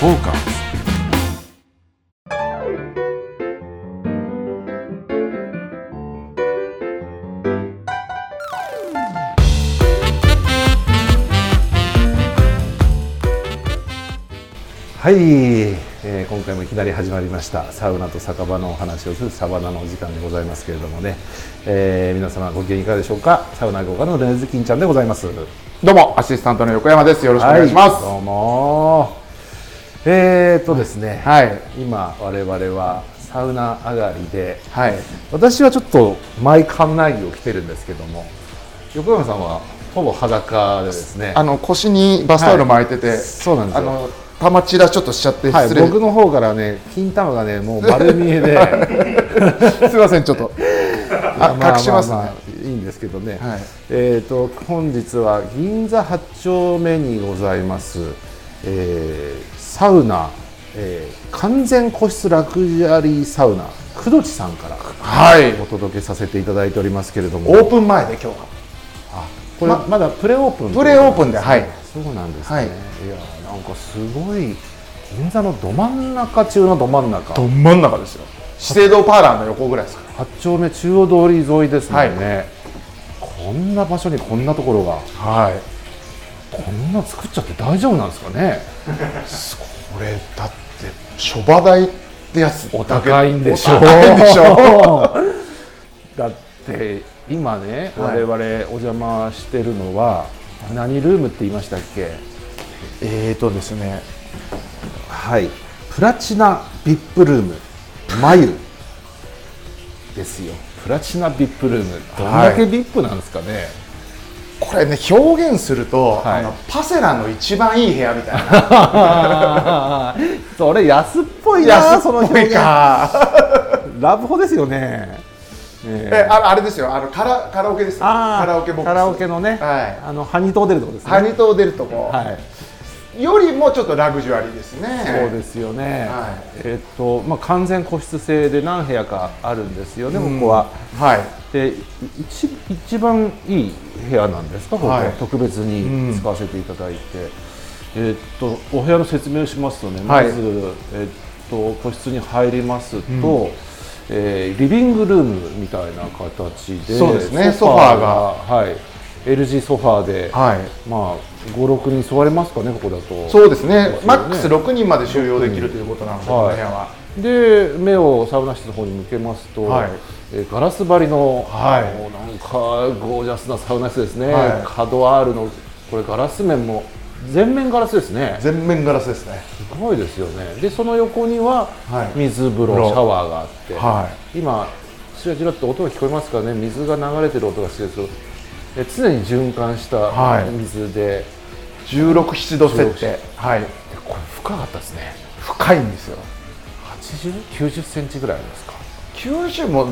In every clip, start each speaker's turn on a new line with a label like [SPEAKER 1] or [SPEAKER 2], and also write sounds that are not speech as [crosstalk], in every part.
[SPEAKER 1] フォーカスはい、えー今回もいきなり始まりましたサウナと酒場のお話をするサバナのお時間でございますけれどもね、えー皆様ご機嫌いかがでしょうかサウナ業家のレズキンちゃんでございますよろしく
[SPEAKER 2] どうも、アシスタントの横山です。よろしくお願いします。
[SPEAKER 1] どうもえー、っとですね、
[SPEAKER 2] はい。
[SPEAKER 1] 今我々はサウナ上がりで
[SPEAKER 2] はい。
[SPEAKER 1] 私はちょっとマイ館内着を着てるんですけども横山さんはほぼ裸でですね
[SPEAKER 2] あの、腰にバスタオル巻いてて、
[SPEAKER 1] はいそうなんです
[SPEAKER 2] あ
[SPEAKER 1] よ
[SPEAKER 2] の、玉散らしちょっとしちゃって、
[SPEAKER 1] はい、
[SPEAKER 2] 失礼。
[SPEAKER 1] 僕の方からね金玉がねもう丸見
[SPEAKER 2] [laughs]
[SPEAKER 1] えで
[SPEAKER 2] すいません、ちょっと。 [laughs] あ、
[SPEAKER 1] まあ
[SPEAKER 2] 隠しますね。
[SPEAKER 1] ああいいんですけどね、
[SPEAKER 2] はい
[SPEAKER 1] えっ、と本日は銀座八丁目にございます、えーサウナ、えー完全個室ラクジュアリーサウナくどちさんから
[SPEAKER 2] はい。
[SPEAKER 1] お届けさせていただいておりますけれども
[SPEAKER 2] オープン前で、今日は。
[SPEAKER 1] これまだプレオープンってこと
[SPEAKER 2] プレオープンではい
[SPEAKER 1] そうなんですね、
[SPEAKER 2] はい
[SPEAKER 1] い、やなんかすごい銀座のど真ん中中のど真ん中
[SPEAKER 2] ど真ん中ですよ。資生堂パーラーの横ぐらいですか
[SPEAKER 1] 八丁目中央通り沿いですもんね、こんな場所にこんなところが
[SPEAKER 2] ら。はい。
[SPEAKER 1] こんな作っちゃって大丈夫なんですかね
[SPEAKER 2] これ、だって、諸場代ってやつ。
[SPEAKER 1] お高いんでしょう
[SPEAKER 2] お高いんでしょ
[SPEAKER 1] だって今ね、
[SPEAKER 2] はい
[SPEAKER 1] 我々お邪魔してるのは何ルームって言いましたっけ
[SPEAKER 2] [laughs] えーとですね。
[SPEAKER 1] はいプラチナ VIP ルーム眉ですよプラチナ VIP ルームどんだけ VIP なんですかね、
[SPEAKER 2] これね、表現すると、
[SPEAKER 1] はい
[SPEAKER 2] あのパセラの一番いい部屋みたいな。
[SPEAKER 1] [laughs] それ安っぽいな
[SPEAKER 2] 安っぽい
[SPEAKER 1] その表現
[SPEAKER 2] か。
[SPEAKER 1] ラブホですよねね
[SPEAKER 2] [laughs] え、あのあれですよ。あの、カラ、カラオケです。カ
[SPEAKER 1] あー
[SPEAKER 2] ラオケボックス。
[SPEAKER 1] カラオケのね、
[SPEAKER 2] はい
[SPEAKER 1] あのハニトー出るとこですね
[SPEAKER 2] ハニ島出るとこ、
[SPEAKER 1] はい
[SPEAKER 2] よりもちょっとラグジュアリーですね。
[SPEAKER 1] そうですよね、
[SPEAKER 2] は
[SPEAKER 1] えっとまあ、完全個室制で何部屋かあるんですよね、ここは。
[SPEAKER 2] はい。
[SPEAKER 1] で一一番いい部屋なんですか、ここ、
[SPEAKER 2] はい
[SPEAKER 1] 特別に使わせていただいて、えっとお部屋の説明をしますとね、
[SPEAKER 2] はい
[SPEAKER 1] まず、えっと個室に入りますと、えーリビングルームみたいな形で、
[SPEAKER 2] そうですね
[SPEAKER 1] はい、LG ソファーで、
[SPEAKER 2] はい。
[SPEAKER 1] まあ、5、6人座れますかね、ここだと。
[SPEAKER 2] そうですね。
[SPEAKER 1] ですよね
[SPEAKER 2] マックス六人まで収容できるということなので、この部屋は。
[SPEAKER 1] で目をサウナ室の方に向けますと、
[SPEAKER 2] はい
[SPEAKER 1] えーガラス張りの、
[SPEAKER 2] はい
[SPEAKER 1] もうなんかゴージャスなサウナ室ですね、
[SPEAKER 2] はい
[SPEAKER 1] 角アールのこれガラス面も全面ガラスですね
[SPEAKER 2] 全面ガラスですね。
[SPEAKER 1] すごいですよねでその横には
[SPEAKER 2] はい
[SPEAKER 1] 水風呂、
[SPEAKER 2] 風呂
[SPEAKER 1] シャワーがあって、
[SPEAKER 2] はい。
[SPEAKER 1] 今ちらちらっと音が聞こえますかね水が流れてる音がしてるとえ常に循環した
[SPEAKER 2] はい
[SPEAKER 1] 水で,、
[SPEAKER 2] 十六七度設定。はい。
[SPEAKER 1] でこれ深かったですね
[SPEAKER 2] 深いんですよ。
[SPEAKER 1] 8 0 90センチぐらいありますか
[SPEAKER 2] 九十も、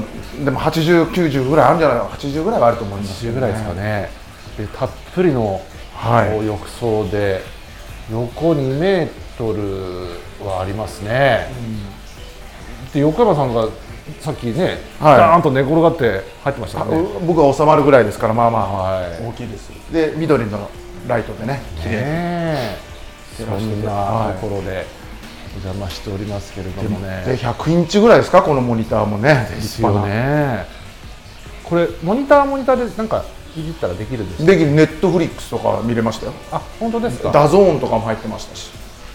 [SPEAKER 2] でも八十九十ぐらいあるんじゃないの、八十ぐらいはあると思います、
[SPEAKER 1] 10ぐらいですか。ね、でたっぷりの、
[SPEAKER 2] はい
[SPEAKER 1] こう浴槽で横2メートルはありますね、で横山さんがさっきね、
[SPEAKER 2] はい
[SPEAKER 1] ダーンと寝転がって入ってました
[SPEAKER 2] あ
[SPEAKER 1] よね
[SPEAKER 2] う僕は収まるぐらいですから、まあまあ、
[SPEAKER 1] はい
[SPEAKER 2] 大きいです。で、緑のライトでね。綺麗
[SPEAKER 1] ねえそ
[SPEAKER 2] ましたね
[SPEAKER 1] んなところでお邪魔しておりますけれどもね
[SPEAKER 2] で100インチぐらいですかこのモニターもね
[SPEAKER 1] ですよねこれモニターモニターでなんかいじったらできるんです
[SPEAKER 2] 立派
[SPEAKER 1] か
[SPEAKER 2] なでネットフリックスとか見れましたよ
[SPEAKER 1] あ本当ですか
[SPEAKER 2] ダゾーンとかも入ってましたし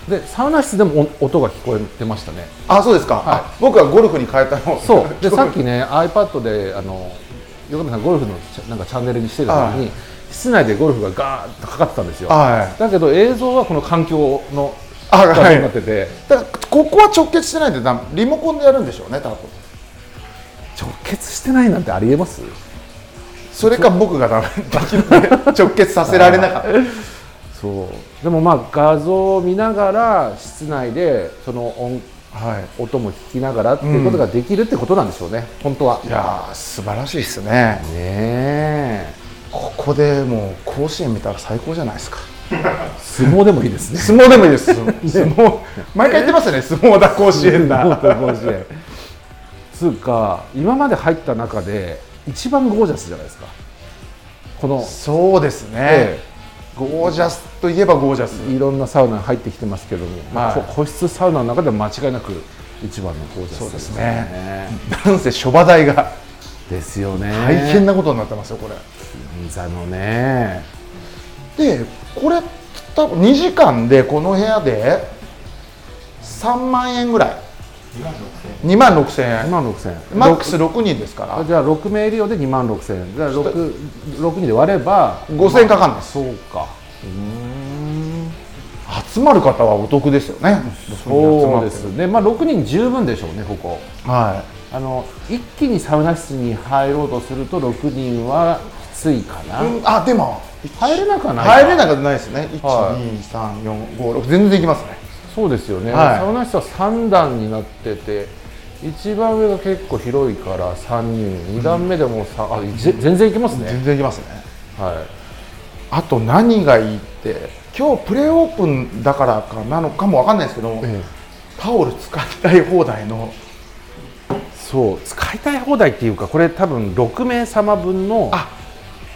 [SPEAKER 1] でサウナ室でもお音が聞こえてましたね
[SPEAKER 2] あそうですか、あ僕はゴルフに変えたの [laughs]
[SPEAKER 1] そうでさっきね iPad であの横山さんゴルフのチャなんかチャンネルにしてる時に、
[SPEAKER 2] は
[SPEAKER 1] 室内でゴルフがガーッとかかってたんですよ
[SPEAKER 2] はい
[SPEAKER 1] だけど映像はこの環境の
[SPEAKER 2] あはい
[SPEAKER 1] 画面になってて
[SPEAKER 2] だからここは直結してないんでだリモコンでやるんでしょうね多分
[SPEAKER 1] 直結してないなんてありえます
[SPEAKER 2] それか僕がダメできるね直結させられな
[SPEAKER 1] [laughs]
[SPEAKER 2] かった
[SPEAKER 1] そうでもまあ画像を見ながら室内でその音
[SPEAKER 2] はい
[SPEAKER 1] 音も聞きながらっていうことができるってことなんでしょうね、本当はい
[SPEAKER 2] やー素晴らしいですね
[SPEAKER 1] ねえ
[SPEAKER 2] ここでもう甲子園見たら最高じゃないですか
[SPEAKER 1] 相撲でもいいですね
[SPEAKER 2] 相撲 [laughs] でもいいです相撲毎回言ってますよね相撲だ甲子園だ
[SPEAKER 1] 本当に甲子園つうか今まで入った中で一番ゴージャスじゃないですかこの、
[SPEAKER 2] そうですね、
[SPEAKER 1] ええ
[SPEAKER 2] ゴージャスといえばゴージャス
[SPEAKER 1] いろんなサウナ入ってきてますけども、
[SPEAKER 2] はい
[SPEAKER 1] こ個室サウナの中では間違いなく一番のゴージャス
[SPEAKER 2] そうです
[SPEAKER 1] ね
[SPEAKER 2] なんせ諸話代が
[SPEAKER 1] ですよね
[SPEAKER 2] 大変なことになってますよこれ
[SPEAKER 1] 銀座のね
[SPEAKER 2] でこれ多分2時間でこの部屋で3万円ぐらい2万6千円
[SPEAKER 1] 2万6000円
[SPEAKER 2] マックス6人ですか
[SPEAKER 1] あ
[SPEAKER 2] ら
[SPEAKER 1] じゃあ6名利用で2万6000円じゃあ 6, 6人で割れば
[SPEAKER 2] 5000円かかんないです
[SPEAKER 1] そうか
[SPEAKER 2] 集まる方はお得ですよね
[SPEAKER 1] そうですねまあ6人十分でしょうねここ
[SPEAKER 2] は
[SPEAKER 1] あの一気にサウナ室に入ろうとすると6人はきついかな、
[SPEAKER 2] い、うんあでも
[SPEAKER 1] 入れなくはないか
[SPEAKER 2] 入れなくないですね
[SPEAKER 1] は
[SPEAKER 2] 12345全然いきますね
[SPEAKER 1] そうですよね、
[SPEAKER 2] はい
[SPEAKER 1] サウナ室は3段になってて一番上が結構広いから3人2段目でもさ、あぜ全然いけますね、
[SPEAKER 2] 全然いきますね
[SPEAKER 1] は
[SPEAKER 2] あと何がいいって今日プレオープンだからかなのかもわかんないですけど、
[SPEAKER 1] い、
[SPEAKER 2] タオル使いたい放題の
[SPEAKER 1] そう使いたい放題っていうかこれ多分6名様分の
[SPEAKER 2] あ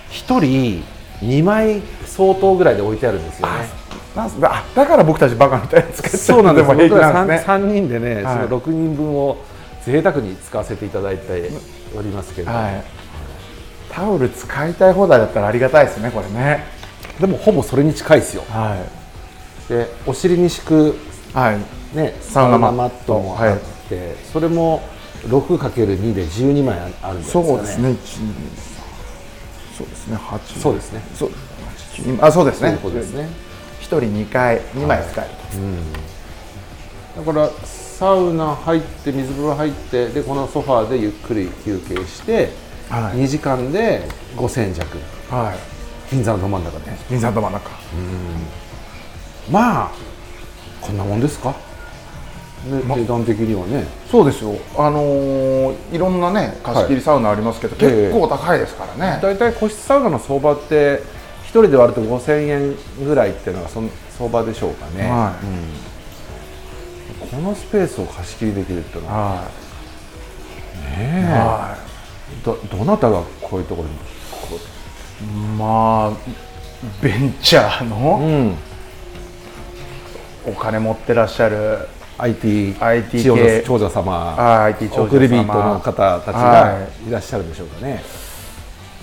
[SPEAKER 1] 1人2枚相当ぐらいで置いてあるんですよね
[SPEAKER 2] なんすだだから僕たちバカみたいに使っちゃ
[SPEAKER 1] そうなんです。
[SPEAKER 2] でも平気
[SPEAKER 1] 僕ら
[SPEAKER 2] な
[SPEAKER 1] 三
[SPEAKER 2] んですね
[SPEAKER 1] 三人でね、
[SPEAKER 2] はい
[SPEAKER 1] その六人分を贅沢に使わせていただいておりますけど、
[SPEAKER 2] はいタオル使いたい放題だったらありがたいですねこれね
[SPEAKER 1] でもほぼそれに近いですよ。
[SPEAKER 2] はい
[SPEAKER 1] で、お尻に敷く
[SPEAKER 2] はい
[SPEAKER 1] ね
[SPEAKER 2] サウナマット
[SPEAKER 1] もあって、それも六かける二で十二枚あるんですかね。
[SPEAKER 2] そうですね。1 2 3そうですね8
[SPEAKER 1] そうですね。
[SPEAKER 2] そう8あそうです
[SPEAKER 1] そういう
[SPEAKER 2] ね
[SPEAKER 1] ことですね。
[SPEAKER 2] 1人2回2枚使える
[SPEAKER 1] だからサウナ入って水風呂入ってでこのソファーでゆっくり休憩して、
[SPEAKER 2] はい
[SPEAKER 1] 二時間で五千弱
[SPEAKER 2] とはい
[SPEAKER 1] 銀座のど真ん中で。
[SPEAKER 2] 銀座の真ん中
[SPEAKER 1] まあこんなもんですか、ね値段的にはね
[SPEAKER 2] そうですよあのーいろんなね貸し切りサウナありますけど、
[SPEAKER 1] はい
[SPEAKER 2] 結構高いですからね、
[SPEAKER 1] 大体個室サウナの相場って1人で割ると5000円ぐらいっていうのがその相場でしょうかね、
[SPEAKER 2] はい
[SPEAKER 1] このスペースを貸し切りできるっていうのは
[SPEAKER 2] はい。
[SPEAKER 1] ねえ
[SPEAKER 2] は
[SPEAKER 1] どどなたがこういうところにこ
[SPEAKER 2] い。まあ、ベンチャー
[SPEAKER 1] う、
[SPEAKER 2] の
[SPEAKER 1] ん、
[SPEAKER 2] お金持ってらっしゃる
[SPEAKER 1] IT,
[SPEAKER 2] IT
[SPEAKER 1] 長者
[SPEAKER 2] 系
[SPEAKER 1] 長者様
[SPEAKER 2] あ IT 長者様
[SPEAKER 1] 送り人の方たちが
[SPEAKER 2] はい
[SPEAKER 1] らっしゃるんでしょうかね、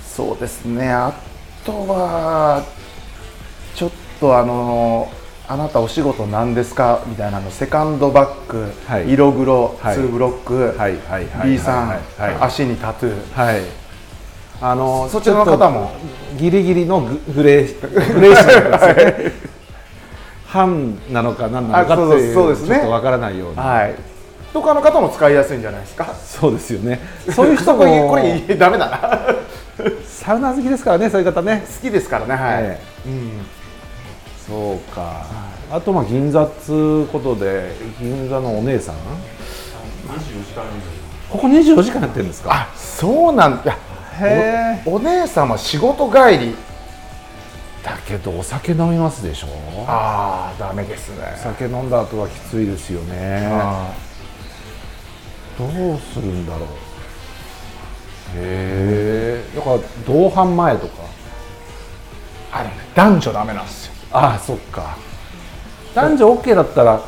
[SPEAKER 2] そうですね、あとは、ちょっとあの、あなたお仕事なんですかみたいなの、セカンドバッグ、
[SPEAKER 1] はい
[SPEAKER 2] 色黒、
[SPEAKER 1] はい
[SPEAKER 2] ツーブロック、
[SPEAKER 1] はいはいはい
[SPEAKER 2] B さん、
[SPEAKER 1] はいはい
[SPEAKER 2] 足にタトゥー。
[SPEAKER 1] はい。あの
[SPEAKER 2] そちらの方も
[SPEAKER 1] ちょっとギリギリのググレーグレーシーなんです
[SPEAKER 2] [laughs]
[SPEAKER 1] よね。半なのか何なのか
[SPEAKER 2] あそう
[SPEAKER 1] って
[SPEAKER 2] そう
[SPEAKER 1] いう
[SPEAKER 2] そうですね
[SPEAKER 1] ちょっとわからないような。
[SPEAKER 2] はい。とかの方も使いやすいんじゃないですか。
[SPEAKER 1] そうですよね。そういう人
[SPEAKER 2] [laughs] これ
[SPEAKER 1] も
[SPEAKER 2] これダメだ
[SPEAKER 1] [laughs]
[SPEAKER 2] な。
[SPEAKER 1] サウナ好きですからね、そういう方ね。
[SPEAKER 2] 好きですからね、はい。
[SPEAKER 1] え
[SPEAKER 2] うん。
[SPEAKER 1] そうか。あとまあ銀座っつうことで銀座のお姉さん。ここ24時間やってるんですか。
[SPEAKER 2] あそうなんだ
[SPEAKER 1] へ
[SPEAKER 2] おお姉さんは仕事帰り
[SPEAKER 1] だけどお酒飲みますでしょ。お
[SPEAKER 2] ああダメですね
[SPEAKER 1] 酒飲んだ後はきついですよね。
[SPEAKER 2] あ
[SPEAKER 1] どうするんだろうへえだから同伴前とか
[SPEAKER 2] ーあのね男女ダメなんですよ
[SPEAKER 1] ああそっか男女 OK だったら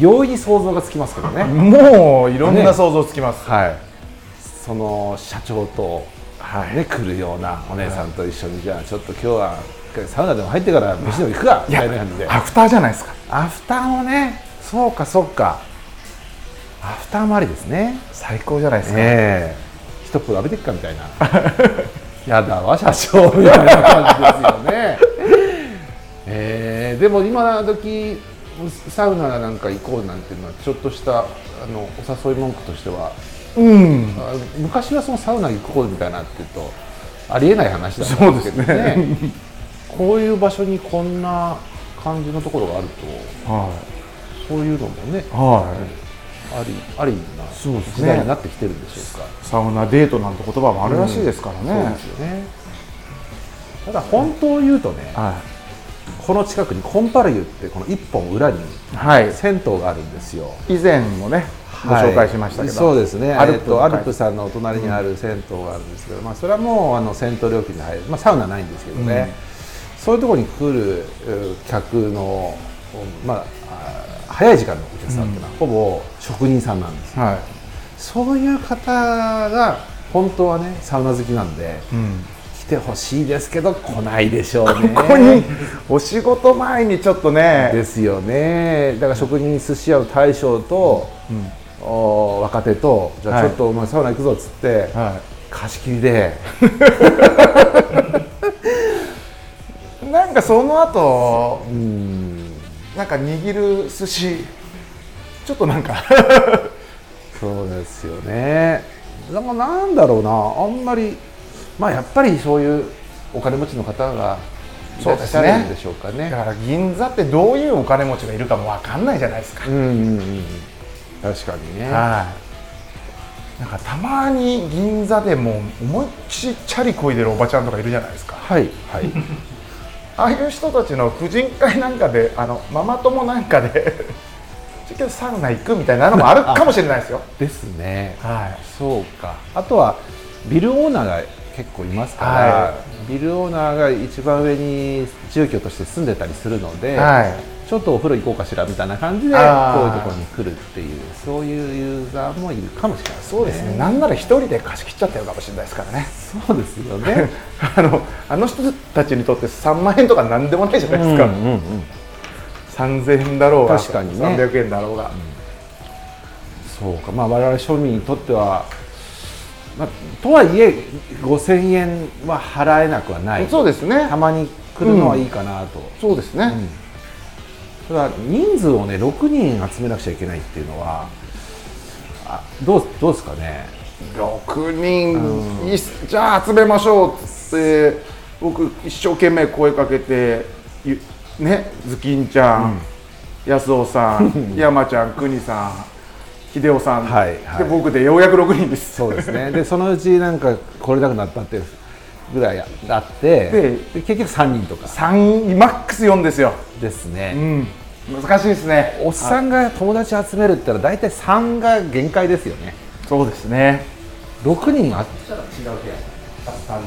[SPEAKER 1] 容易に想像がつきますけどね
[SPEAKER 2] もういろん
[SPEAKER 1] ね
[SPEAKER 2] な想像つきます、
[SPEAKER 1] はいその社長と、
[SPEAKER 2] はい
[SPEAKER 1] ね、来るようなお姉さんと一緒に、じゃあちょっと今日はサウナでも入ってから飯でも行くかみたいな感じで
[SPEAKER 2] アフターじゃないですか
[SPEAKER 1] アフターもねそうかそうかアフターもありですね
[SPEAKER 2] 最高じゃないですか、
[SPEAKER 1] ええ一風浴びてっかみたいな [laughs] やだわ社長みたいな感じですよね、 [laughs] ええでも今時サウナなんか行こうなんていうのはちょっとしたあのお誘い文句としては
[SPEAKER 2] うん
[SPEAKER 1] あ昔はそのサウナ行こうみたいなっていうとありえない話だった
[SPEAKER 2] そ
[SPEAKER 1] ん
[SPEAKER 2] う
[SPEAKER 1] で
[SPEAKER 2] ですす
[SPEAKER 1] け
[SPEAKER 2] ね
[SPEAKER 1] どねこういう場所にこんな感じのところがあると
[SPEAKER 2] は
[SPEAKER 1] そういうのもね
[SPEAKER 2] いは
[SPEAKER 1] ありありな
[SPEAKER 2] そうですね
[SPEAKER 1] 時代になってきてるんでしょうか。
[SPEAKER 2] いサウナデートなんて言葉もあるらしいですからね、
[SPEAKER 1] そうですよねただ本当を言うとね、
[SPEAKER 2] は
[SPEAKER 1] この近くにコンパル湯ってこの一本裏に
[SPEAKER 2] い、はい、
[SPEAKER 1] 銭湯があるんですよ
[SPEAKER 2] 以前もねご紹介しましたけど、
[SPEAKER 1] そうですねア
[SPEAKER 2] ア
[SPEAKER 1] ル,、え
[SPEAKER 2] ル
[SPEAKER 1] っ
[SPEAKER 2] プ
[SPEAKER 1] と、アルプ
[SPEAKER 2] ス
[SPEAKER 1] さんのお隣にある銭湯があるんですけど、まあ、それはもうあの銭湯料金で入る、まあ、サウナないんですけどね、そういうところに来るう客の、まああ、早い時間のお客さんっていうのは、ほぼ職人さんなんですよ
[SPEAKER 2] は
[SPEAKER 1] そういう方が本当はねサウナ好きなんで
[SPEAKER 2] い、うん
[SPEAKER 1] 来てほしいですけど来ないでしょうね
[SPEAKER 2] [laughs] ここにお仕事前にちょっとね、
[SPEAKER 1] ですよねだから職人寿司屋の大将と、お若手とじゃあ
[SPEAKER 2] は
[SPEAKER 1] ち
[SPEAKER 2] い
[SPEAKER 1] ょっとお前サウナ行くぞっつって、
[SPEAKER 2] は
[SPEAKER 1] 貸し切りで
[SPEAKER 2] い、なんかその後
[SPEAKER 1] うん
[SPEAKER 2] なんか握る寿司ちょっとなんか [laughs]
[SPEAKER 1] そうですよねなんかなんだろうなあんまりまあやっぱりそういうお金持ちの方がいらっしゃるんでしょうかね
[SPEAKER 2] だから銀座ってどういうお金持ちがいるかもわかんないじゃないですか、
[SPEAKER 1] うんうんうん確かにね
[SPEAKER 2] はいなんかたまに銀座でも思いっきりチャリこいでるおばちゃんとかいるじゃないですか
[SPEAKER 1] はいはい
[SPEAKER 2] ああいう人たちの婦人会なんかであのママ友なんかで [laughs] ちょっとサウナ行くみたいなのもあるかもしれないですよ
[SPEAKER 1] ですね
[SPEAKER 2] はい
[SPEAKER 1] そうかあとはビルオーナーが結構いますから、
[SPEAKER 2] は
[SPEAKER 1] ビルオーナーが一番上に住居として住んでたりするので、
[SPEAKER 2] はい
[SPEAKER 1] ちょっとお風呂行こうかしらみたいな感じでこ
[SPEAKER 2] あー
[SPEAKER 1] ういうところに来るっていうそういうユーザーもいるかもしれないですね
[SPEAKER 2] そうですね、なんなら一人で貸し切っちゃってるかもしれないですからね、
[SPEAKER 1] そうですよね
[SPEAKER 2] [laughs] あのあの人たちにとって3万円とかなんでもないじゃないですか、
[SPEAKER 1] うんうん
[SPEAKER 2] 3000円だろうが、
[SPEAKER 1] 確かにね
[SPEAKER 2] 300円だろうが、
[SPEAKER 1] そうか、まあ、我々庶民にとっては、まあ、とはいえ5000円は払えなくはない
[SPEAKER 2] そうですね
[SPEAKER 1] た、まに来るのはいいかなと、
[SPEAKER 2] そうですね、
[SPEAKER 1] ただ人数をね6人集めなくちゃいけないっていうのはあどうどうですかね
[SPEAKER 2] 6人、いいっすじゃあ集めましょうっつって、僕、一生懸命声かけて、ゆね、ズキンちゃん、安尾さ
[SPEAKER 1] [laughs]
[SPEAKER 2] ん、山ちゃん、邦さん、秀夫さん、
[SPEAKER 1] はいはい
[SPEAKER 2] で僕でようやく6人です。
[SPEAKER 1] そうですね [laughs] でそのうちなんか来れなくなったっていうぐらいあって
[SPEAKER 2] で
[SPEAKER 1] で結局3人とか
[SPEAKER 2] 3マックス4ですよ、
[SPEAKER 1] ですね、
[SPEAKER 2] うん、難しいですね
[SPEAKER 1] おっさんが友達集めるって言ったら大体3が限界ですよね
[SPEAKER 2] そうですね
[SPEAKER 1] 6人あっ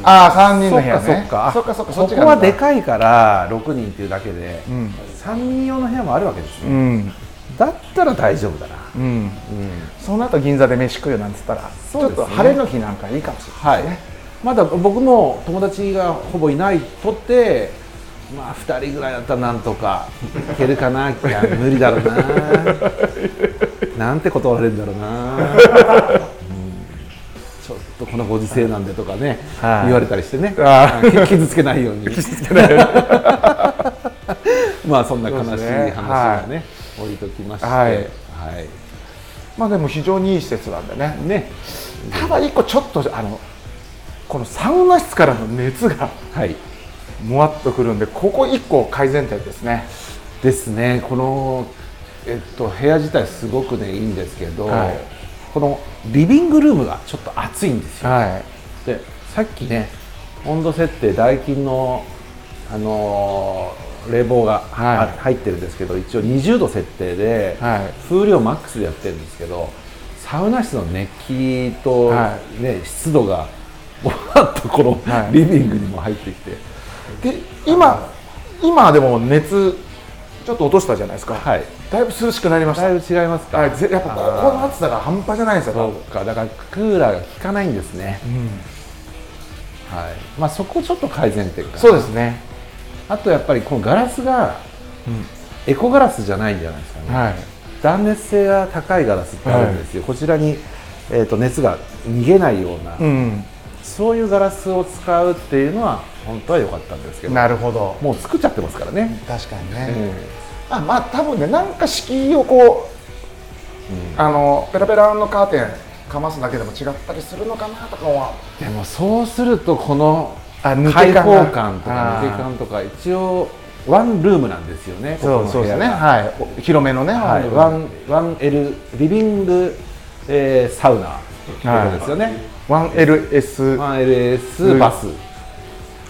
[SPEAKER 2] ああ3人
[SPEAKER 1] そ
[SPEAKER 2] の
[SPEAKER 1] っ
[SPEAKER 2] 部屋
[SPEAKER 1] かそっ
[SPEAKER 2] ね
[SPEAKER 1] かあ
[SPEAKER 2] そっかそっかそっ
[SPEAKER 1] こ
[SPEAKER 2] ち
[SPEAKER 1] は
[SPEAKER 2] がある
[SPEAKER 1] で
[SPEAKER 2] の
[SPEAKER 1] かいから6人っていうだけで、
[SPEAKER 2] ん
[SPEAKER 1] 3人用の部屋もあるわけですね、
[SPEAKER 2] うん
[SPEAKER 1] だったら大丈夫だな
[SPEAKER 2] うんその後銀座で飯食うよなんつったら、ちょっと晴れの日なんかいいかもしれない
[SPEAKER 1] はい、まだ僕も友達がほぼいないとってまあ2人ぐらいだったらなんとかいけるかないや無理だろう [laughs] ななんて断られるんだろうな、うんちょっとこのご時世なんでとかね、
[SPEAKER 2] はい
[SPEAKER 1] 言われたりしてね
[SPEAKER 2] あ
[SPEAKER 1] き [laughs] 傷つけないように
[SPEAKER 2] [laughs]
[SPEAKER 1] まあそんな悲しい話をね置いときまして、
[SPEAKER 2] はい
[SPEAKER 1] はい
[SPEAKER 2] まあでも非常にいい施設なんでね
[SPEAKER 1] ね
[SPEAKER 2] ただ一個ちょっとあのこのサウナ室からの熱が
[SPEAKER 1] はい
[SPEAKER 2] もわっとくるんでここ一個改善点ですね
[SPEAKER 1] ですねこの、えっと、部屋自体すごくねいいんですけど、
[SPEAKER 2] はい
[SPEAKER 1] このリビングルームがちょっと暑いんですよ
[SPEAKER 2] は
[SPEAKER 1] でさっきね温度設定ダイキンの、あのー冷房が、
[SPEAKER 2] はい
[SPEAKER 1] あ入ってるんですけど一応20度設定で、
[SPEAKER 2] はい
[SPEAKER 1] 風量マックスでやってるんですけどサウナ室の熱気と、
[SPEAKER 2] は
[SPEAKER 1] ね、湿度がわ [laughs] ーっとこの
[SPEAKER 2] はい
[SPEAKER 1] リビングにも入ってきて、
[SPEAKER 2] いで今今でも熱ちょっと落としたじゃないですか、
[SPEAKER 1] はい
[SPEAKER 2] だいぶ涼しくなりました
[SPEAKER 1] だいぶ違いますか、
[SPEAKER 2] あぜやっぱここの暑さが半端じゃないんですよ、多
[SPEAKER 1] そ
[SPEAKER 2] 分
[SPEAKER 1] うか、だからクーラーが効かないんですね。はい。まあそこちょっと改善点かな。
[SPEAKER 2] そうですね、
[SPEAKER 1] あとやっぱりこのガラスが、エコガラスじゃないんじゃないですかね。
[SPEAKER 2] はい、
[SPEAKER 1] 断熱性が高いガラスってあるんですよ。こちらにえっと熱が逃げないような、
[SPEAKER 2] うん、
[SPEAKER 1] そういうガラスを使うっていうのは本当は良かったんですけど、
[SPEAKER 2] なるほど、
[SPEAKER 1] もう作っちゃってますからね。
[SPEAKER 2] 確かに
[SPEAKER 1] う
[SPEAKER 2] ね、
[SPEAKER 1] ん
[SPEAKER 2] あまあ、多分ね、なんか敷居をこう、あのペラペラのカーテンかますだけでも違ったりするのかなとかは、
[SPEAKER 1] でもそうするとこの
[SPEAKER 2] あ抜
[SPEAKER 1] 開
[SPEAKER 2] け感が
[SPEAKER 1] 放感とか
[SPEAKER 2] あー
[SPEAKER 1] 抜け感とか一応ワンルームなんですよね。ここの部屋が
[SPEAKER 2] はい、お広めのね、
[SPEAKER 1] は
[SPEAKER 2] あ
[SPEAKER 1] い、
[SPEAKER 2] の
[SPEAKER 1] ワンワン L リビング、えーサウナということですよね、
[SPEAKER 2] 1LSK
[SPEAKER 1] ワン LS バ [laughs] ス、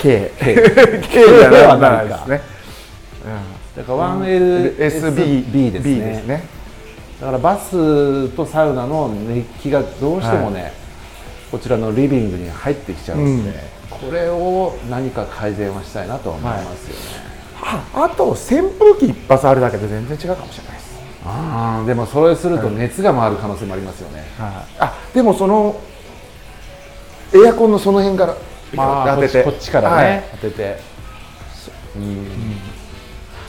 [SPEAKER 2] じゃ
[SPEAKER 1] で
[SPEAKER 2] な
[SPEAKER 1] はいない
[SPEAKER 2] で
[SPEAKER 1] か
[SPEAKER 2] すね、
[SPEAKER 1] [laughs] だからワン LSB
[SPEAKER 2] SB
[SPEAKER 1] です
[SPEAKER 2] B
[SPEAKER 1] ね
[SPEAKER 2] ですね、
[SPEAKER 1] だからバスとサウナの熱気がどうしてもね、こちらのリビングに入ってきちゃうんで、これを何か改善はしたいなとは思いますよね、
[SPEAKER 2] ああと扇風機一発あるだけで全然違うかもしれないです、
[SPEAKER 1] あーでもそれすると熱が回る可能性もありますよね、
[SPEAKER 2] あでもそのエアコンのその辺から
[SPEAKER 1] まあ
[SPEAKER 2] 当てて
[SPEAKER 1] こっちこっちからね、
[SPEAKER 2] はい
[SPEAKER 1] 当てて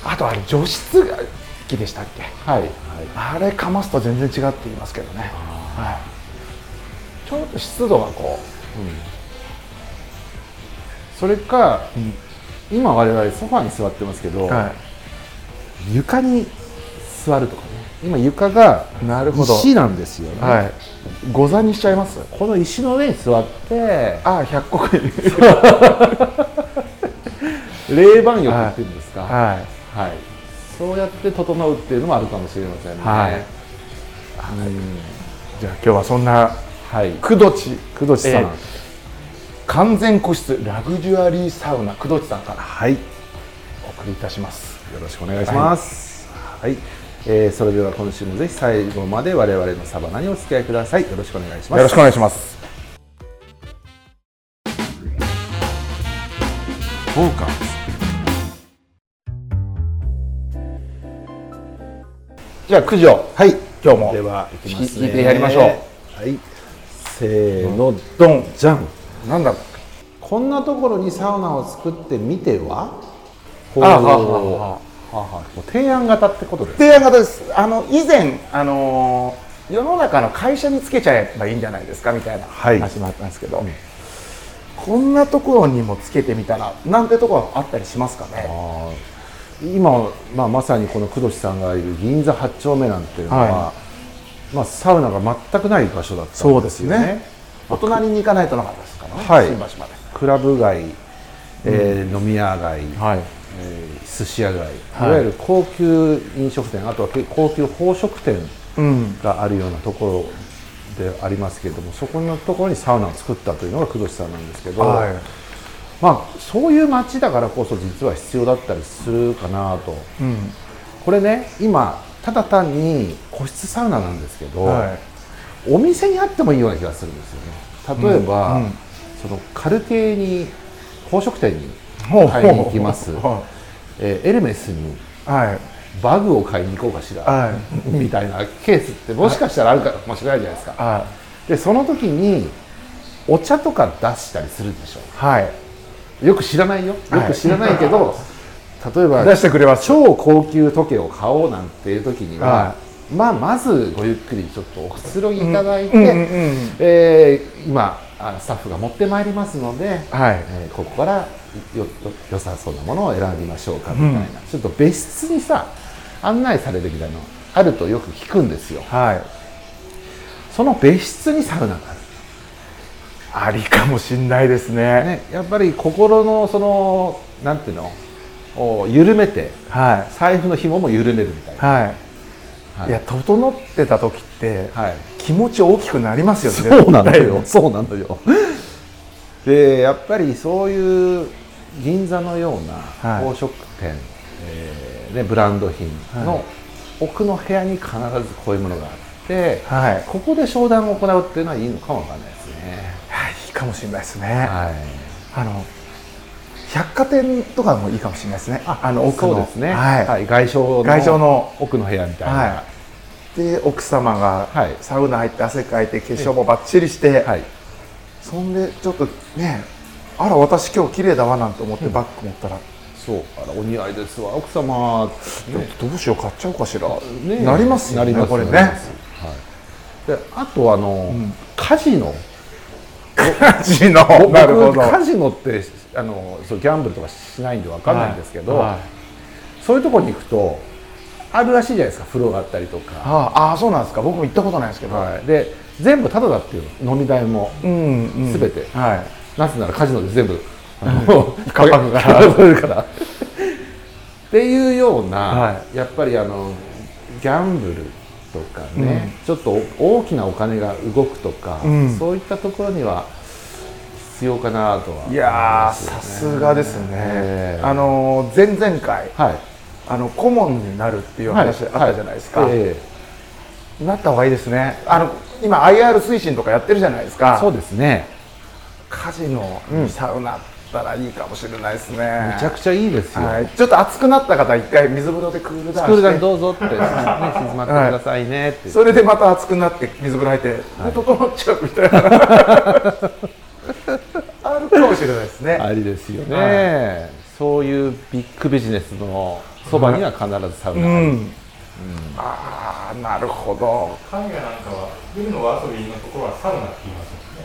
[SPEAKER 2] あとあれ除湿機でしたっけ
[SPEAKER 1] はい、はい、
[SPEAKER 2] あれかますと全然違って言いますけどね、はい、ちょっと湿度がこ
[SPEAKER 1] それか、今我々ソファに座ってますけど、
[SPEAKER 2] う、は
[SPEAKER 1] 床に座るとかね今床が
[SPEAKER 2] なるほど
[SPEAKER 1] 石なんですよね、
[SPEAKER 2] いはい、ござにしちゃいます
[SPEAKER 1] この石の上に座って
[SPEAKER 2] ああ100個くらい
[SPEAKER 1] 冷盤浴っていうんですか、
[SPEAKER 2] はい
[SPEAKER 1] はい、そうやって整うっていうのもあるかもしれませんね。
[SPEAKER 2] はい
[SPEAKER 1] うん
[SPEAKER 2] じゃあ今日はそんな
[SPEAKER 1] はい。
[SPEAKER 2] くどち
[SPEAKER 1] 工藤さん、
[SPEAKER 2] えー完全個室ラグジュアリーサウナくどちさんから
[SPEAKER 1] はい。よ
[SPEAKER 2] お送りいたします
[SPEAKER 1] ろしくお願いします。はい。えーそれでは今週もぜひ最後まで我々のサバナにお付き合いください。よろしくお願いします。
[SPEAKER 2] よろしくお願いします
[SPEAKER 1] フォーカス。
[SPEAKER 2] じゃあ九条はい今日も
[SPEAKER 1] では行きますね。
[SPEAKER 2] 聞いてやりましょう
[SPEAKER 1] はい。せーの、
[SPEAKER 2] ドン
[SPEAKER 1] じゃん。
[SPEAKER 2] なんだ
[SPEAKER 1] こんなところにサウナを作ってみては。
[SPEAKER 2] あははは
[SPEAKER 1] あはもう提案型ってことです。
[SPEAKER 2] 提案型ですあの以前あのー世の中の会社につけちゃえばいいんじゃないですかみたいな
[SPEAKER 1] はい
[SPEAKER 2] 話もあったんですけど、こんなところにもつけてみたらなんてところあったりしますかね
[SPEAKER 1] あー今、まあ、まさにこの工藤さんがいる銀座8丁目なんていうのは、
[SPEAKER 2] は
[SPEAKER 1] まあ、サウナが全くない場所だったんですよね
[SPEAKER 2] お隣に行かないとなかったですからね、
[SPEAKER 1] はい
[SPEAKER 2] 新橋まで
[SPEAKER 1] クラブ街、えー飲み屋街、
[SPEAKER 2] はい
[SPEAKER 1] えー寿司屋街、
[SPEAKER 2] はい
[SPEAKER 1] い、わゆる高級飲食店あとは高級宝飾店
[SPEAKER 2] うん
[SPEAKER 1] があるようなところでありますけれどもそこのところにサウナを作ったというのが工藤さんなんですけど、まあ、そういう街だからこそ実は必要だったりするかなと。
[SPEAKER 2] いうん
[SPEAKER 1] これね今ただ単に個室サウナなんですけど、
[SPEAKER 2] は
[SPEAKER 1] お店にあってもいいような気がするんですよね例えば、
[SPEAKER 2] うんうん
[SPEAKER 1] そのカルティエに宝飾店に
[SPEAKER 2] ほう
[SPEAKER 1] 買いに行きます
[SPEAKER 2] は
[SPEAKER 1] えーエルメスに
[SPEAKER 2] いはい
[SPEAKER 1] バグを買いに行こうかしら、
[SPEAKER 2] は
[SPEAKER 1] みたいなケースってもしかしたらあるかもしれないじゃないですか
[SPEAKER 2] は
[SPEAKER 1] でその時にお茶とか出したりするでしょ
[SPEAKER 2] いはい
[SPEAKER 1] よく知らないよよ
[SPEAKER 2] はい
[SPEAKER 1] く知らないけど、例えば
[SPEAKER 2] [laughs] 出してくれます
[SPEAKER 1] 超高級時計を買おうなんていう時には、
[SPEAKER 2] は
[SPEAKER 1] まあ、まずごゆっくりちょっとおくつろぎいただいて、
[SPEAKER 2] うんうんうんうん
[SPEAKER 1] えー今あスタッフが持ってまいりますので、
[SPEAKER 2] はい
[SPEAKER 1] えーここからよよ良さそうなものを選びましょうかみたいな、ちょっと別室にさ案内されるみたいなのあるとよく聞くんですよ
[SPEAKER 2] はい
[SPEAKER 1] その別室にサウナがある
[SPEAKER 2] ありかもしんないですね
[SPEAKER 1] ね、やっぱり心のそのなんていうのを緩めて
[SPEAKER 2] は
[SPEAKER 1] 財布の紐も緩めるみたい
[SPEAKER 2] い
[SPEAKER 1] な、
[SPEAKER 2] はい、
[SPEAKER 1] はい
[SPEAKER 2] い、や整ってた時って、
[SPEAKER 1] はい
[SPEAKER 2] 気持ち大きくなりますよね
[SPEAKER 1] そうなの
[SPEAKER 2] 絶
[SPEAKER 1] よ [laughs] そうなのよでやっぱりそういう銀座のような
[SPEAKER 2] はい
[SPEAKER 1] 宝飾店、えーでブランド品
[SPEAKER 2] は
[SPEAKER 1] の奥の部屋に必ずこういうものがあって、
[SPEAKER 2] 対はい
[SPEAKER 1] ここで商談を行うっていうのはいいのかもわかんないですね
[SPEAKER 2] はいいいかもしれないですね、
[SPEAKER 1] はい
[SPEAKER 2] あの百貨店とかもいいかもしれないですねああの奥の
[SPEAKER 1] そうですね、
[SPEAKER 2] はい、
[SPEAKER 1] はい外商の
[SPEAKER 2] 外商の
[SPEAKER 1] 奥の部屋みたいな、
[SPEAKER 2] はい、で奥様が
[SPEAKER 1] はい
[SPEAKER 2] サウナ入って汗かいて化粧もばっちりして、
[SPEAKER 1] はい
[SPEAKER 2] そんでちょっとねあら私今日綺麗だわなんて思ってバッグ持ったら、
[SPEAKER 1] そうあらお似合いですわ奥様って
[SPEAKER 2] でもどうしよう買っちゃおうかしら、
[SPEAKER 1] ね
[SPEAKER 2] なりますよね
[SPEAKER 1] なります
[SPEAKER 2] これ
[SPEAKER 1] なり
[SPEAKER 2] ね
[SPEAKER 1] ますはい、であとあの、カジノ
[SPEAKER 2] カ [laughs] ジノ
[SPEAKER 1] 僕
[SPEAKER 2] なるほど
[SPEAKER 1] カジノってあのそうギャンブルとかしないんでわかんないんですけど、
[SPEAKER 2] はいはい
[SPEAKER 1] そういうとこに行くとあるらしいじゃないですか風呂があったりとか、
[SPEAKER 2] ああああそうなんですか僕も行ったことないですけど、
[SPEAKER 1] はい、で全部タダだっていうの飲み代も、
[SPEAKER 2] うん、うん、
[SPEAKER 1] 全て
[SPEAKER 2] はい
[SPEAKER 1] なぜならカジノで全部あの
[SPEAKER 2] 価格
[SPEAKER 1] [laughs]
[SPEAKER 2] が
[SPEAKER 1] 価取れるからっていうような、
[SPEAKER 2] は
[SPEAKER 1] やっぱりあのギャンブルとかね、ちょっと大きなお金が動くとか、
[SPEAKER 2] ん
[SPEAKER 1] そういったところには必要かなとはい
[SPEAKER 2] やーさすがですね、
[SPEAKER 1] ええ
[SPEAKER 2] あの前々回
[SPEAKER 1] はい
[SPEAKER 2] あの顧問になるっていう話あったじゃないですか、
[SPEAKER 1] はえ
[SPEAKER 2] なった方がいいですねあの今 IR 推進とかやってるじゃないです
[SPEAKER 1] えそ
[SPEAKER 2] か
[SPEAKER 1] うですね
[SPEAKER 2] カジノにサウナあったらいいかもしれないですね、
[SPEAKER 1] めちゃくちゃいいですよ、
[SPEAKER 2] はい、ちょっと暑くなった方は一回水風呂でクールダ
[SPEAKER 1] クールダウ
[SPEAKER 2] ウ
[SPEAKER 1] ン
[SPEAKER 2] ンして
[SPEAKER 1] どうぞって、ね、静まってくださいねって、
[SPEAKER 2] それでまた暑くなって水風呂入って、整っちゃうみたい
[SPEAKER 1] [laughs]
[SPEAKER 2] なあるかもしれないですね、
[SPEAKER 1] ありですよね、そういうビッグビジネスのそばには必ずサウナがある、
[SPEAKER 2] ああなるほど
[SPEAKER 3] 海外なんかは夜のお遊びのところはサウナって言いますもんね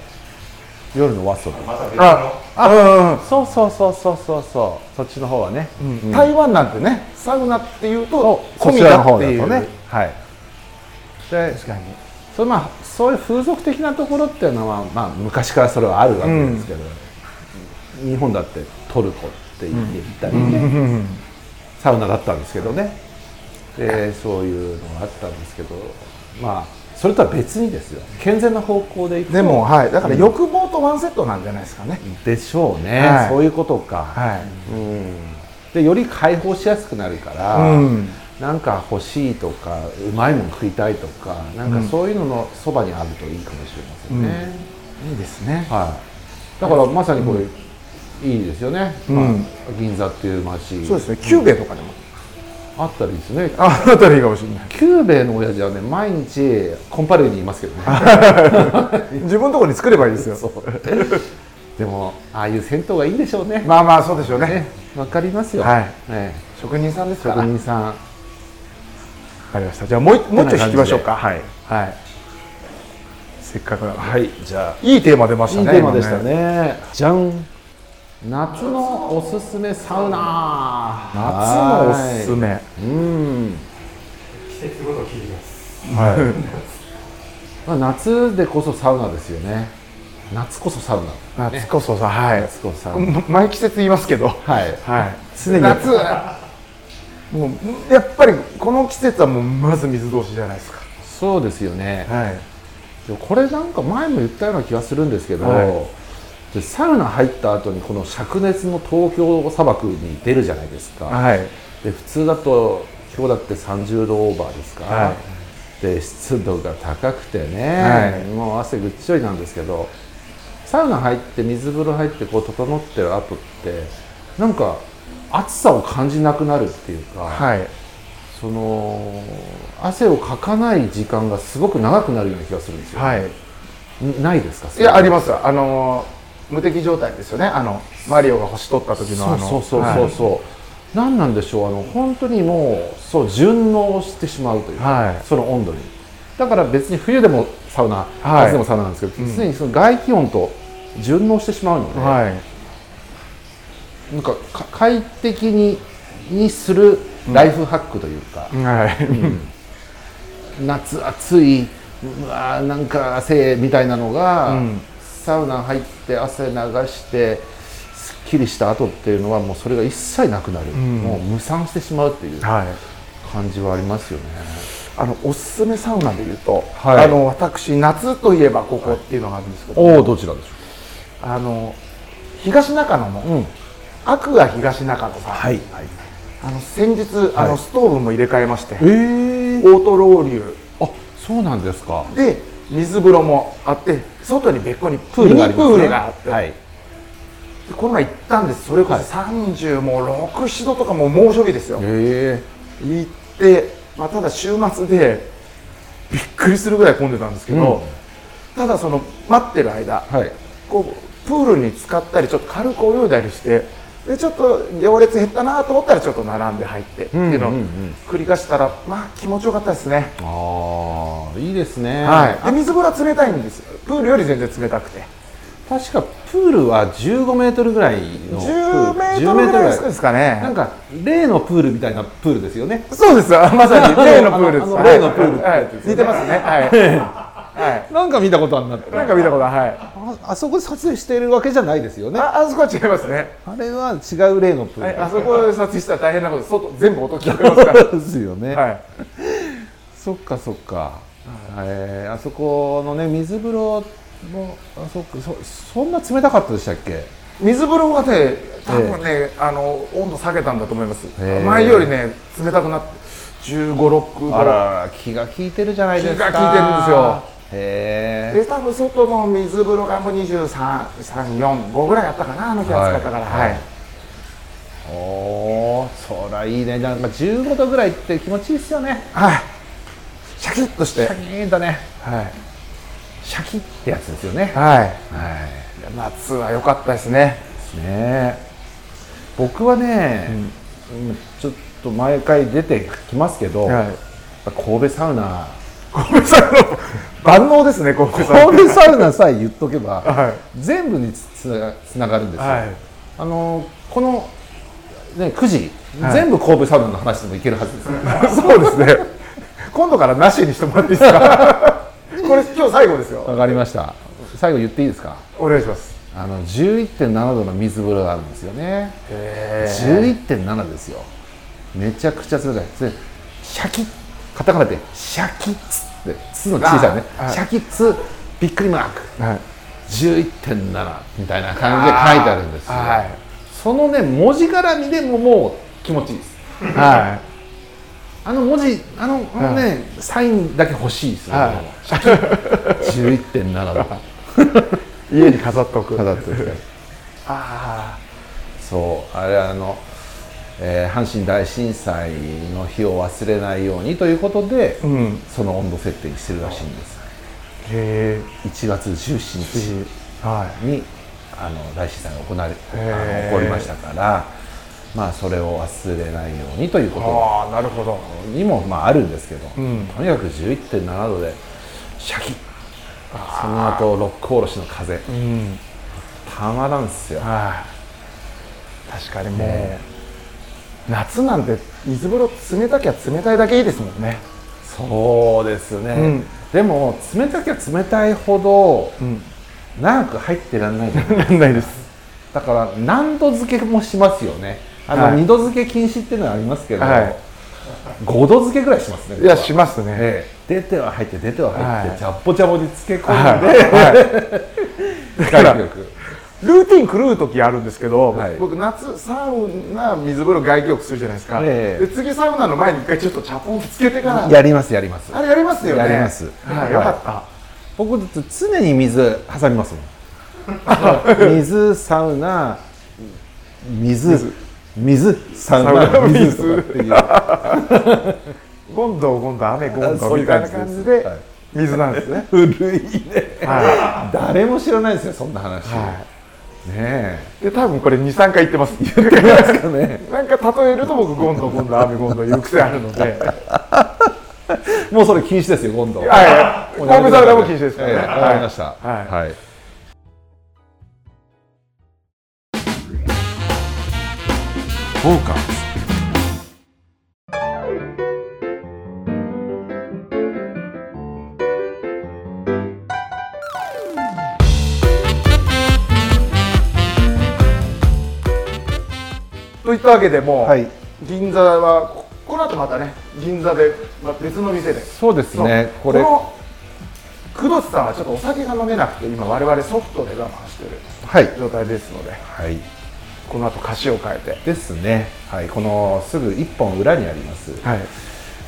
[SPEAKER 1] 夜のワソビ
[SPEAKER 3] また別
[SPEAKER 2] あ
[SPEAKER 3] の
[SPEAKER 2] あ、
[SPEAKER 1] そうそうそうそうそうそうそっちの方はね、
[SPEAKER 2] うん台湾なんてねサウナっていうと
[SPEAKER 1] こ
[SPEAKER 2] 込み
[SPEAKER 1] ちらの
[SPEAKER 2] だ
[SPEAKER 1] 方
[SPEAKER 2] って
[SPEAKER 1] だ
[SPEAKER 2] いう
[SPEAKER 1] とねはいで
[SPEAKER 2] 確かに
[SPEAKER 1] そまあ、そういう風俗的なところっていうのは、まあ、昔からそれはあるわけですけど、日本だってトルコって言っていたりね、サウナだったんですけどねでそういうのがあったんですけどまあそれとは別にですよ健全な方向でいくと
[SPEAKER 2] でもはいだから欲望とワンセットなんじゃないですかね、
[SPEAKER 1] でしょうね、
[SPEAKER 2] はい
[SPEAKER 1] そういうことか、
[SPEAKER 2] はい、
[SPEAKER 1] うんでより解放しやすくなるから、
[SPEAKER 2] うん
[SPEAKER 1] なんか欲しいとかうまいもん食いたいとかなんかそういうののそばにあるといいかもしれませんね、
[SPEAKER 2] いいですね
[SPEAKER 1] はい、だからまさにこれ、いいですよね、
[SPEAKER 2] うん
[SPEAKER 1] まあ銀座っていう街
[SPEAKER 2] そうですねキューベとかでも
[SPEAKER 1] あったりですね
[SPEAKER 2] ああなたらいいかもしれない
[SPEAKER 1] キューベの親父はね毎日コンパレーにいますけどね
[SPEAKER 2] 自分のところに作ればいいですよ
[SPEAKER 1] でもああいう銭湯がいいんでしょうね
[SPEAKER 2] まあまあそうでしょうね
[SPEAKER 1] ねわかりますよ、
[SPEAKER 2] はい
[SPEAKER 1] ね
[SPEAKER 2] 職人さんですから
[SPEAKER 1] 職
[SPEAKER 2] わ
[SPEAKER 1] 人さん
[SPEAKER 2] かりましたじゃあもう一もうちょい引きましょうかはい、
[SPEAKER 1] はい
[SPEAKER 2] せっかくなので
[SPEAKER 1] はいじゃあ
[SPEAKER 2] いいテーマ出まし
[SPEAKER 1] いい
[SPEAKER 2] た
[SPEAKER 1] テ
[SPEAKER 2] ね
[SPEAKER 1] ーマでした
[SPEAKER 2] 今
[SPEAKER 1] ねじゃん夏のおすすめサウナ
[SPEAKER 2] 夏のおすすめはい
[SPEAKER 1] うん
[SPEAKER 3] 季節ごと切ります
[SPEAKER 2] い
[SPEAKER 1] まあ、夏でこそサウナですよね夏こそサウナ
[SPEAKER 2] 夏こそさはい
[SPEAKER 1] 夏こそサウナ
[SPEAKER 2] ま毎季節言いますけど
[SPEAKER 1] はい
[SPEAKER 2] はい
[SPEAKER 1] 常に
[SPEAKER 2] 夏もうやっぱりこの季節はもうまず水通しじゃないですか
[SPEAKER 1] そうですよね
[SPEAKER 2] はい
[SPEAKER 1] でもこれなんか前も言ったような気がするんですけど、
[SPEAKER 2] は
[SPEAKER 1] でサウナ入った後にこの灼熱の東京砂漠に出るじゃないですか、
[SPEAKER 2] はい
[SPEAKER 1] で普通だと今日だって30度オーバーですか、
[SPEAKER 2] は
[SPEAKER 1] で湿度が高くてね、
[SPEAKER 2] はい
[SPEAKER 1] もう汗ぐっちょりなんですけどサウナ入って水風呂入ってこう整ってる後ってなんか暑さを感じなくなるっていうか、
[SPEAKER 2] はい
[SPEAKER 1] その汗をかかない時間がすごく長くなるような気がするんですよ、
[SPEAKER 2] はい
[SPEAKER 1] んないですか
[SPEAKER 2] いやあり
[SPEAKER 1] ま
[SPEAKER 2] ますあのー無敵状態ですよねあのマリオが星取った時のあの
[SPEAKER 1] そうそうそうそうそう、何なんでしょうあの本当にもうそう順応してしまうというか、
[SPEAKER 2] はい
[SPEAKER 1] その温度にだから別に冬でもサウナ、
[SPEAKER 2] はい
[SPEAKER 1] 夏でもサウナなんですけど、常にその外気温と順応してしまうので、
[SPEAKER 2] はい、はい
[SPEAKER 1] なんかか快適ににするライフハックというか、
[SPEAKER 2] はい、
[SPEAKER 1] 夏暑いうわーなんか汗みたいなのが、
[SPEAKER 2] うん
[SPEAKER 1] サウナ入って汗流してすっきりした後っていうのはもうそれが一切なくなる、もう無酸してしまうっていう
[SPEAKER 2] はい、
[SPEAKER 1] 感じはありますよね
[SPEAKER 2] あのおすすめサウナでいうと、
[SPEAKER 1] はい
[SPEAKER 2] あの私夏といえばここっていうのがあるんですけど、
[SPEAKER 1] おおどちらでしょ
[SPEAKER 2] あの東中野の、
[SPEAKER 1] うん
[SPEAKER 2] アクア東中野さん、
[SPEAKER 1] はい
[SPEAKER 2] あの先日、あのストーブも入れ替えまして
[SPEAKER 1] えー、
[SPEAKER 2] オートロウリュ
[SPEAKER 1] あそうなんですか
[SPEAKER 2] で水風呂もあって外に別個にプ
[SPEAKER 1] プールがあり
[SPEAKER 2] ミニ
[SPEAKER 1] ま
[SPEAKER 2] プ
[SPEAKER 1] すね
[SPEAKER 2] ールがあって、
[SPEAKER 1] はい
[SPEAKER 2] でこの前行ったんですそれこそ30もう67度とかもう猛暑日ですよ、
[SPEAKER 1] え
[SPEAKER 2] 行って、まあ、ただ週末でびっくりするぐらい混んでたんですけど、
[SPEAKER 1] うん
[SPEAKER 2] ただその待ってる間、
[SPEAKER 1] ー、はい
[SPEAKER 2] こうプールに浸かったりちょっと軽く泳いだりしてでちょっと行列減ったなと思ったらちょっと並んで入ってっていうのを
[SPEAKER 1] うんうんうん
[SPEAKER 2] 繰り返したら、まあ気持ちよかったですね、
[SPEAKER 1] ああいいですね、
[SPEAKER 2] はい、で
[SPEAKER 1] あ
[SPEAKER 2] 水風呂は冷たいんですよプールより全然冷たくて
[SPEAKER 1] 確かプールは15メートルぐらいのプー
[SPEAKER 2] 10
[SPEAKER 1] ル
[SPEAKER 2] メー
[SPEAKER 1] 10
[SPEAKER 2] トルぐらいですかね
[SPEAKER 1] なんか例のプールみたいなプールですよね
[SPEAKER 2] そうですよまさに例のプールで
[SPEAKER 1] あ
[SPEAKER 2] す
[SPEAKER 1] のあの
[SPEAKER 2] は
[SPEAKER 1] 例
[SPEAKER 2] い
[SPEAKER 1] のプールって
[SPEAKER 2] はい
[SPEAKER 1] やつですよね
[SPEAKER 2] 似てますねはい、は
[SPEAKER 1] なんか見たことあるなって
[SPEAKER 2] い、なんか見たことははい
[SPEAKER 1] ああそこで撮影しているわけじゃないですよねあ
[SPEAKER 2] ああそこは違いますね
[SPEAKER 1] れは違う例のプー
[SPEAKER 2] はい、
[SPEAKER 1] ル、
[SPEAKER 2] あそこで撮影したら大変なこと外全部音聞こえ
[SPEAKER 1] [laughs]
[SPEAKER 2] ますか
[SPEAKER 1] ですよね、
[SPEAKER 2] ら、はい、
[SPEAKER 1] そっかそっか、えーあそこのね水風呂もあそっかそそんな冷たかったでしたっけ
[SPEAKER 2] 水風呂がね多分ね、あの温度下げたんだと思います
[SPEAKER 1] え
[SPEAKER 2] 前よりね冷たくなって1 5 6度
[SPEAKER 1] あら気が利いてるじゃないですか
[SPEAKER 2] 気が利いてるんですよ
[SPEAKER 1] へえ
[SPEAKER 2] で多分外の水風呂がもう23345ぐらいあったかなあの日暑かったから
[SPEAKER 1] は
[SPEAKER 2] はいい、
[SPEAKER 1] おおそらいいねなんか15度ぐらいって気持ちいいっすよね
[SPEAKER 2] はい、シャキッとし
[SPEAKER 1] シ
[SPEAKER 2] て
[SPEAKER 1] ャキーンとね
[SPEAKER 2] はい
[SPEAKER 1] シャキッってやつですよね
[SPEAKER 2] はい
[SPEAKER 1] はい
[SPEAKER 2] いや夏は良かったですね
[SPEAKER 1] ねえ僕はね、うんちょっと毎回出てきますけど、
[SPEAKER 2] はい
[SPEAKER 1] 神戸サウナ
[SPEAKER 2] 小さんの万能ですね小さん
[SPEAKER 1] 神戸サウナさえ言っとけば、
[SPEAKER 2] は
[SPEAKER 1] 全部につつなつながるんですよ、
[SPEAKER 2] はい
[SPEAKER 1] あのこの、ね、9時、全部神戸サウナの話でもいけるはずですよ、
[SPEAKER 2] そうですね今度からなしにしてもらっていいですかこれ今日最後ですよ
[SPEAKER 1] わかりました最後言っていいですか
[SPEAKER 2] お願いします
[SPEAKER 1] あの11.7度の水風呂があるんですよね
[SPEAKER 2] へ
[SPEAKER 1] 11.7ですよめちゃくちゃ冷たいそれシャキッカタカナでシャキッツって「つ」の小さいね、
[SPEAKER 2] あはい
[SPEAKER 1] シャキッツびっくりマーク
[SPEAKER 2] えはい
[SPEAKER 1] 11.7みたいな感じで書いてあるんですよ、
[SPEAKER 2] は
[SPEAKER 1] そのね文字絡みでももう気持ちいいです
[SPEAKER 2] いは
[SPEAKER 1] あの文字あのあのね、サインだけ欲しいですよ、
[SPEAKER 2] は
[SPEAKER 1] シャキッ11.7度
[SPEAKER 2] い家に飾っておく
[SPEAKER 1] 飾っておきたい
[SPEAKER 2] あ
[SPEAKER 1] そうあれあの、えー阪神大震災の日を忘れないようにということで、
[SPEAKER 2] ん
[SPEAKER 1] その温度設定にしてるらしいんです
[SPEAKER 2] あへ
[SPEAKER 1] 1月17
[SPEAKER 2] えは
[SPEAKER 1] 日にあの大震災が行われあ
[SPEAKER 2] へー
[SPEAKER 1] の起こりましたからまあそれを忘れないようにというこ
[SPEAKER 2] ああなるほど
[SPEAKER 1] とにもまああるんですけど、
[SPEAKER 2] ん
[SPEAKER 1] とにかく11.7度でシャキッその後六甲おろしの風
[SPEAKER 2] うん
[SPEAKER 1] たまらんっすよ
[SPEAKER 2] はい確かにもう、
[SPEAKER 1] ね
[SPEAKER 2] 夏なんて水風呂冷たきゃ冷たいだけいいですもんね
[SPEAKER 1] そうですね、
[SPEAKER 2] ん
[SPEAKER 1] でも冷たきゃ冷たいほど、
[SPEAKER 2] ん
[SPEAKER 1] 長く入ってらんないじゃない
[SPEAKER 2] [laughs] ないです
[SPEAKER 1] だから何度漬けもしますよねあの、
[SPEAKER 2] はい
[SPEAKER 1] 二度漬け禁止っていうのはありますけど、
[SPEAKER 2] はい
[SPEAKER 1] 五度漬けぐらいしますね
[SPEAKER 2] いやしますね、
[SPEAKER 1] ええ出ては入って出ては入って、
[SPEAKER 2] はい
[SPEAKER 1] ジャッポジャボに漬け込んで、
[SPEAKER 2] はい、だか
[SPEAKER 1] 外
[SPEAKER 2] ら
[SPEAKER 1] 気
[SPEAKER 2] ル
[SPEAKER 1] 浴
[SPEAKER 2] ーティン狂う時あるんですけど、
[SPEAKER 1] はい
[SPEAKER 2] 僕夏サウナ水風呂外気浴するじゃないですか、
[SPEAKER 1] ええ
[SPEAKER 2] で次サウナの前に一回ちょっとチャポンつけてから
[SPEAKER 1] やりますやります
[SPEAKER 2] [laughs] あれやりますよね
[SPEAKER 1] やります
[SPEAKER 2] はい、よかった、
[SPEAKER 1] 僕常に水挟み [laughs] ますもん水サウナ水水サウナ
[SPEAKER 2] 水
[SPEAKER 1] 水とかっていう
[SPEAKER 2] ゴンドウゴンドウ雨ゴンド
[SPEAKER 1] そうい
[SPEAKER 2] ウ
[SPEAKER 1] う
[SPEAKER 2] みたい
[SPEAKER 1] 感
[SPEAKER 2] な
[SPEAKER 1] じです
[SPEAKER 2] 感じで
[SPEAKER 1] はい
[SPEAKER 2] 水なん
[SPEAKER 1] [laughs]
[SPEAKER 2] ですね、
[SPEAKER 1] 古いね
[SPEAKER 2] は
[SPEAKER 1] 誰も知らないですよそんな話、
[SPEAKER 2] い、は
[SPEAKER 1] ね
[SPEAKER 2] い、で多分これ23回言ってます
[SPEAKER 1] えね
[SPEAKER 2] なんか例えると僕ゴンドウゴンドウ雨ゴンドウ言う癖あるので
[SPEAKER 1] もうそれ禁止ですよ今度
[SPEAKER 2] はい
[SPEAKER 1] も
[SPEAKER 2] 神
[SPEAKER 1] うやめ
[SPEAKER 2] 戸
[SPEAKER 1] てくださ
[SPEAKER 2] サウ
[SPEAKER 1] い
[SPEAKER 2] ナも禁止ですから
[SPEAKER 1] ええ
[SPEAKER 2] ね、
[SPEAKER 1] わかりました
[SPEAKER 2] はい
[SPEAKER 1] はいフォーカス
[SPEAKER 2] といったわけでもう、
[SPEAKER 1] はい
[SPEAKER 2] 銀座はここの後またね銀座で、まあ、別の店で
[SPEAKER 1] そうですね
[SPEAKER 2] そう
[SPEAKER 1] これ
[SPEAKER 2] の工藤さんはちょっとお酒が飲めなくて今我々ソフトで我慢してる
[SPEAKER 1] はい
[SPEAKER 2] 状態ですので
[SPEAKER 1] はい
[SPEAKER 2] この後歌詞を変えて
[SPEAKER 1] ですねはいこのすぐ一本裏にあります、
[SPEAKER 2] はい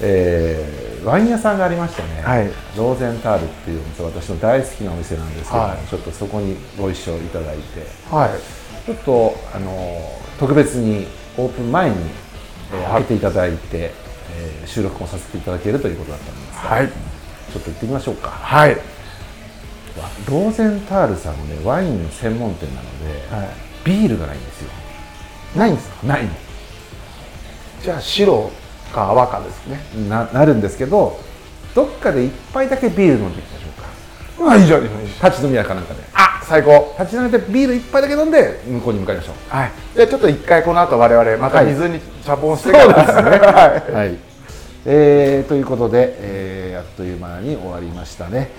[SPEAKER 1] えーワイン屋さんがありましたね、
[SPEAKER 2] はい
[SPEAKER 1] ローゼンタールっていうお店私の大好きなお店なんですけども、
[SPEAKER 2] はい
[SPEAKER 1] ちょっとそこにご一緒いただいて
[SPEAKER 2] はい
[SPEAKER 1] ちょっとあの特別にオープン前に、えー開けていただいて、えー収録もさせていただけるということだったんです
[SPEAKER 2] はい
[SPEAKER 1] ちょっと行ってみましょうか
[SPEAKER 2] はい
[SPEAKER 1] ローゼンタールさんもねワインの専門店なので、ビールがないんですよ
[SPEAKER 2] ないんですか
[SPEAKER 1] ない
[SPEAKER 2] じゃあ白か泡かですね
[SPEAKER 1] のななるんですけどどっかで一杯だけビール飲んでいきましょうか
[SPEAKER 2] あいいじゃんいいじゃんいいじ
[SPEAKER 1] 立ち飲み屋かなんかで
[SPEAKER 2] ゃんあ最高
[SPEAKER 1] 立ち飲みでビール一杯だけ飲んで向こうに向かいましょう
[SPEAKER 2] はいじゃあちょっと一回この後我々また水にチャポンしてか
[SPEAKER 1] そ [laughs]
[SPEAKER 2] ら、
[SPEAKER 1] うですね
[SPEAKER 2] はい
[SPEAKER 1] はい、えーということで、えーあっという間に終わりましたね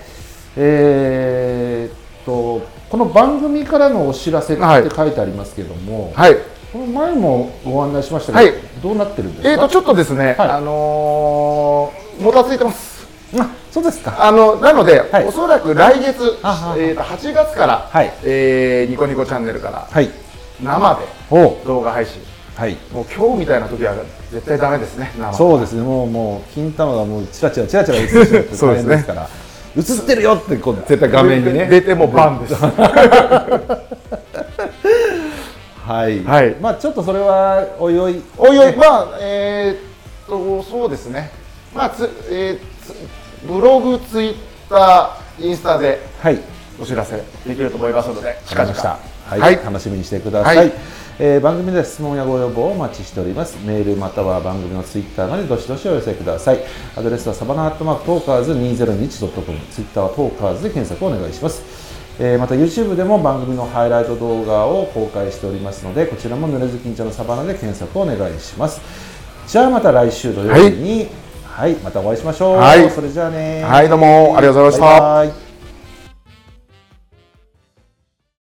[SPEAKER 1] えーっとこの番組からのお知らせって
[SPEAKER 2] はい
[SPEAKER 1] 書いてありますけども、
[SPEAKER 2] はい
[SPEAKER 1] この前もご案内しました
[SPEAKER 2] は
[SPEAKER 1] け
[SPEAKER 2] い
[SPEAKER 1] ど、どうなってるんですか、
[SPEAKER 2] えーとちょっとですね、
[SPEAKER 1] はい
[SPEAKER 2] あのー、もたついてます
[SPEAKER 1] あそうですか
[SPEAKER 2] あのなので、
[SPEAKER 1] はい
[SPEAKER 2] おそらく来月、
[SPEAKER 1] あはい
[SPEAKER 2] えーと8月から、
[SPEAKER 1] はい
[SPEAKER 2] えーニコニコチャンネルから
[SPEAKER 1] はい
[SPEAKER 2] 生
[SPEAKER 1] お
[SPEAKER 2] で動画配信、
[SPEAKER 1] はい
[SPEAKER 2] もう今日みたいな時は絶対ダメですね、生
[SPEAKER 1] そうですねもうもう金玉がもうチラチラチラチラ映ってしまって
[SPEAKER 2] そうです
[SPEAKER 1] 大変
[SPEAKER 2] ね
[SPEAKER 1] ですから映ってるよってこう絶対画面にね
[SPEAKER 2] 出てもバンです
[SPEAKER 1] はい、
[SPEAKER 2] はい
[SPEAKER 1] まあちょっとそれはおいおい
[SPEAKER 2] おいおいまあえー、っとそうですねまあつ、えーつブログツイッターインスタで
[SPEAKER 1] はい
[SPEAKER 2] お知らせできると思いますので
[SPEAKER 1] わかりました。はい、
[SPEAKER 2] はい
[SPEAKER 1] 楽しみにしてください。
[SPEAKER 2] はい
[SPEAKER 1] えー番組では質問やご要望をお待ちしております。メールまたは番組のツイッターまでどしどしお寄せください。アドレスはサバナアットマークトーカーズ 2021.com、ツイッターはトーカーズで検索をお願いします。えーまた YouTube でも番組のハイライト動画を公開しておりますので、こちらも濡れずきんちゃんのサバナで検索をお願いします。じゃあまた来週土曜日に、はい、またお会いしましょう。
[SPEAKER 2] はい
[SPEAKER 1] それじゃあね。
[SPEAKER 2] はいどうもありがとうございました
[SPEAKER 1] バイバイ